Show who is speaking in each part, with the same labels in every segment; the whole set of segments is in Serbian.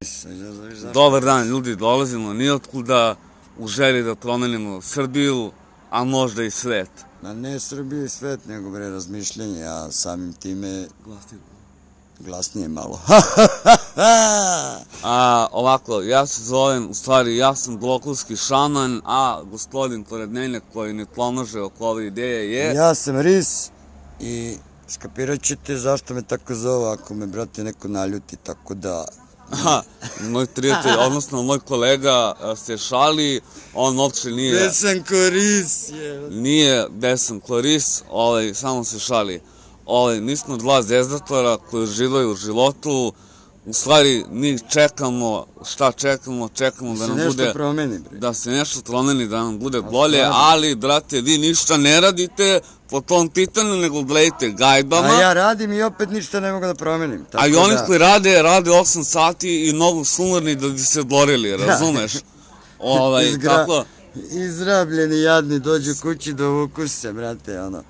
Speaker 1: mislim, ne znam zašto.
Speaker 2: Dobar dan, ljudi, dolazimo nijotkuda u želji da promenimo Srbiju, a možda i svet.
Speaker 1: Ma ne Srbiju i svet, nego bre razmišljanje, a samim time glasnije malo.
Speaker 2: A, ovako, ja se zovem, u stvari, ja sam blokovski šaman, a gospodin pored mene koji mi pomaže oko ove ideje je...
Speaker 1: ja sam Ris i skapirat ćete zašto me tako zove ako me, brate, neko naljuti, tako da...
Speaker 2: Ha, moj prijatelj, odnosno moj kolega a, se šali, on uopće nije,
Speaker 1: sam koris, je.
Speaker 2: nije besan kloris, ovaj, samo se šali. Ovaj, mi smo dva zvezdatora koji živaju u životu, u stvari mi čekamo, šta čekamo, čekamo
Speaker 1: Da
Speaker 2: da
Speaker 1: se
Speaker 2: nam
Speaker 1: nešto
Speaker 2: bude...
Speaker 1: promeni, bre.
Speaker 2: da se nešto promeni, da nam bude bolje,
Speaker 1: stvarno.
Speaker 2: ali, brate, vi ništa ne radite po tom pitanju, nego gledajte gajdama,
Speaker 1: A
Speaker 2: a,
Speaker 1: ja radim i opet ništa ne mogu da promenim. Tako
Speaker 2: i oni
Speaker 1: da,
Speaker 2: koji rade, rade 8 sati i mnogo sumorni da bi se borili, razumeš? ovaj,
Speaker 1: izgra-
Speaker 2: tako,
Speaker 1: Izrabljeni, jadni, dođu kući do ukuse, brate, ono.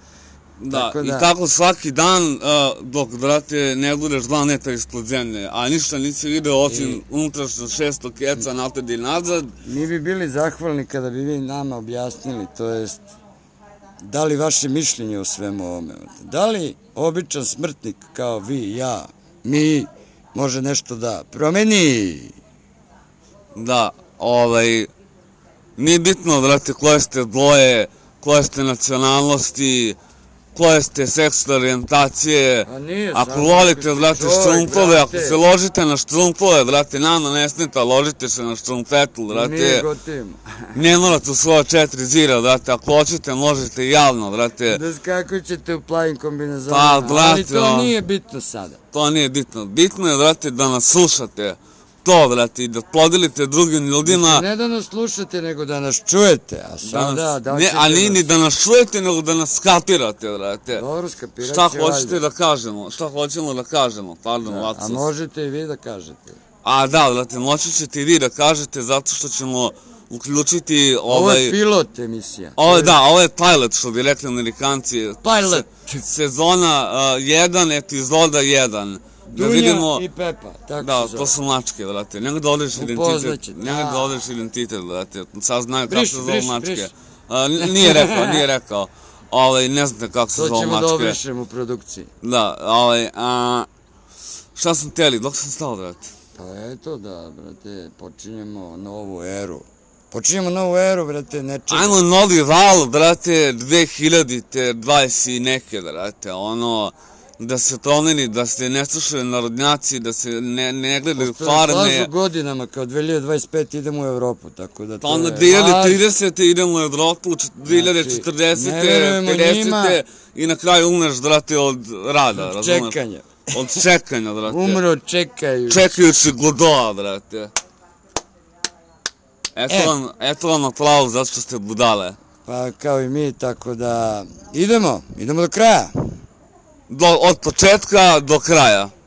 Speaker 2: da,
Speaker 1: tako
Speaker 2: i
Speaker 1: da.
Speaker 2: tako svaki dan, a, dok, brate, ne budeš dva metra ispod zemlje, a ništa nisi video osim unutrašnjo šestog keca napred i nazad,
Speaker 1: Mi bi bili zahvalni kada bi vi nama objasnili, to jest, da li vaše mišljenje o svemu ovome? Da li običan smrtnik kao vi, ja, mi, može nešto da promeni?
Speaker 2: Da, ovaj, nije bitno, brate, koje ste boje, koje ste nacionalnosti, koje ste seksne orijentacije.
Speaker 1: Pa nije,
Speaker 2: Ako volite, brate, štrumpove, ako se ložite na štrumpove, brate, nama ne smeta, ložite se na štrumpetu, brate.
Speaker 1: gotivimo.
Speaker 2: Ne morate u svoja četiri zira, brate, ako hoćete, možete i javno, brate.
Speaker 1: Da skakućete u plavim kombinezonima.
Speaker 2: Pa, brate,
Speaker 1: Ali to
Speaker 2: ono.
Speaker 1: nije bitno sada.
Speaker 2: To nije bitno. Bitno je, brate, da nas slušate. To, brate, i da podelite drugim ljudima.
Speaker 1: Ne da nas slušate, nego da nas čujete. A
Speaker 2: Da
Speaker 1: sada,
Speaker 2: nas,
Speaker 1: da li
Speaker 2: ne,
Speaker 1: ćete
Speaker 2: a nije
Speaker 1: nas-
Speaker 2: ni da nas čujete, nego da nas kapirate, brate.
Speaker 1: Dobro, skapirat
Speaker 2: Šta
Speaker 1: će
Speaker 2: hoćete
Speaker 1: valjda.
Speaker 2: da kažemo? Šta hoćemo da kažemo? Pardon, da,
Speaker 1: A možete i vi da kažete.
Speaker 2: A da, brate, moći ćete i vi da kažete zato što ćemo uključiti
Speaker 1: Ovo
Speaker 2: ovaj...
Speaker 1: je pilot emisija.
Speaker 2: Ovo je, da, ovo je pilot, što bi rekli amerikanci.
Speaker 1: Pilot.
Speaker 2: Se- sezona 1, epizoda 1. Da
Speaker 1: Dunja
Speaker 2: vidimo...
Speaker 1: i Pepa, tako
Speaker 2: Da,
Speaker 1: se
Speaker 2: to
Speaker 1: zove.
Speaker 2: su mačke, brate. Nemoj da odeš identitet.
Speaker 1: Upoznaćete,
Speaker 2: Nemoj da
Speaker 1: da.
Speaker 2: odeš identitet, brate. Sad znaju kako
Speaker 1: Briši,
Speaker 2: se zove
Speaker 1: briši,
Speaker 2: mačke.
Speaker 1: briši.
Speaker 2: A, n- Nije rekao, nije rekao. Ovaj, ne znate kako se
Speaker 1: To
Speaker 2: zove
Speaker 1: ćemo da
Speaker 2: mačke.
Speaker 1: obrišemo u produkciji.
Speaker 2: Da, ovaj, a... Šta sam teli, dok sam stao, brate?
Speaker 1: Pa eto da, brate, počinjemo novu eru. Počinjemo novu eru, brate, nečega.
Speaker 2: Ajmo novi val, brate, 2000-te, 20 i neke, brate, ono... Da se promeni, da se ne slušaju narodnjaci, da se ne, ne gledaju
Speaker 1: To
Speaker 2: farme.
Speaker 1: Slažu godinama, kao 2025 idemo u Evropu, tako da
Speaker 2: Pa
Speaker 1: to
Speaker 2: onda
Speaker 1: je- Znači,
Speaker 2: 2030. idemo u Evropu, čet-
Speaker 1: ne
Speaker 2: 2040.
Speaker 1: verujemo
Speaker 2: 50.
Speaker 1: njima.
Speaker 2: i na kraju umreš, brate, od rada,
Speaker 1: Laž,
Speaker 2: razumeš?
Speaker 1: Čekanje.
Speaker 2: Od čekanja, brate.
Speaker 1: Umro, čekaju.
Speaker 2: Čekajući Godova, brate. Eto,
Speaker 1: E.
Speaker 2: vam, eto vam aplauz zato što ste budale.
Speaker 1: Pa kao i mi, tako da... Idemo, idemo do kraja.
Speaker 2: Do, od početka do kraja.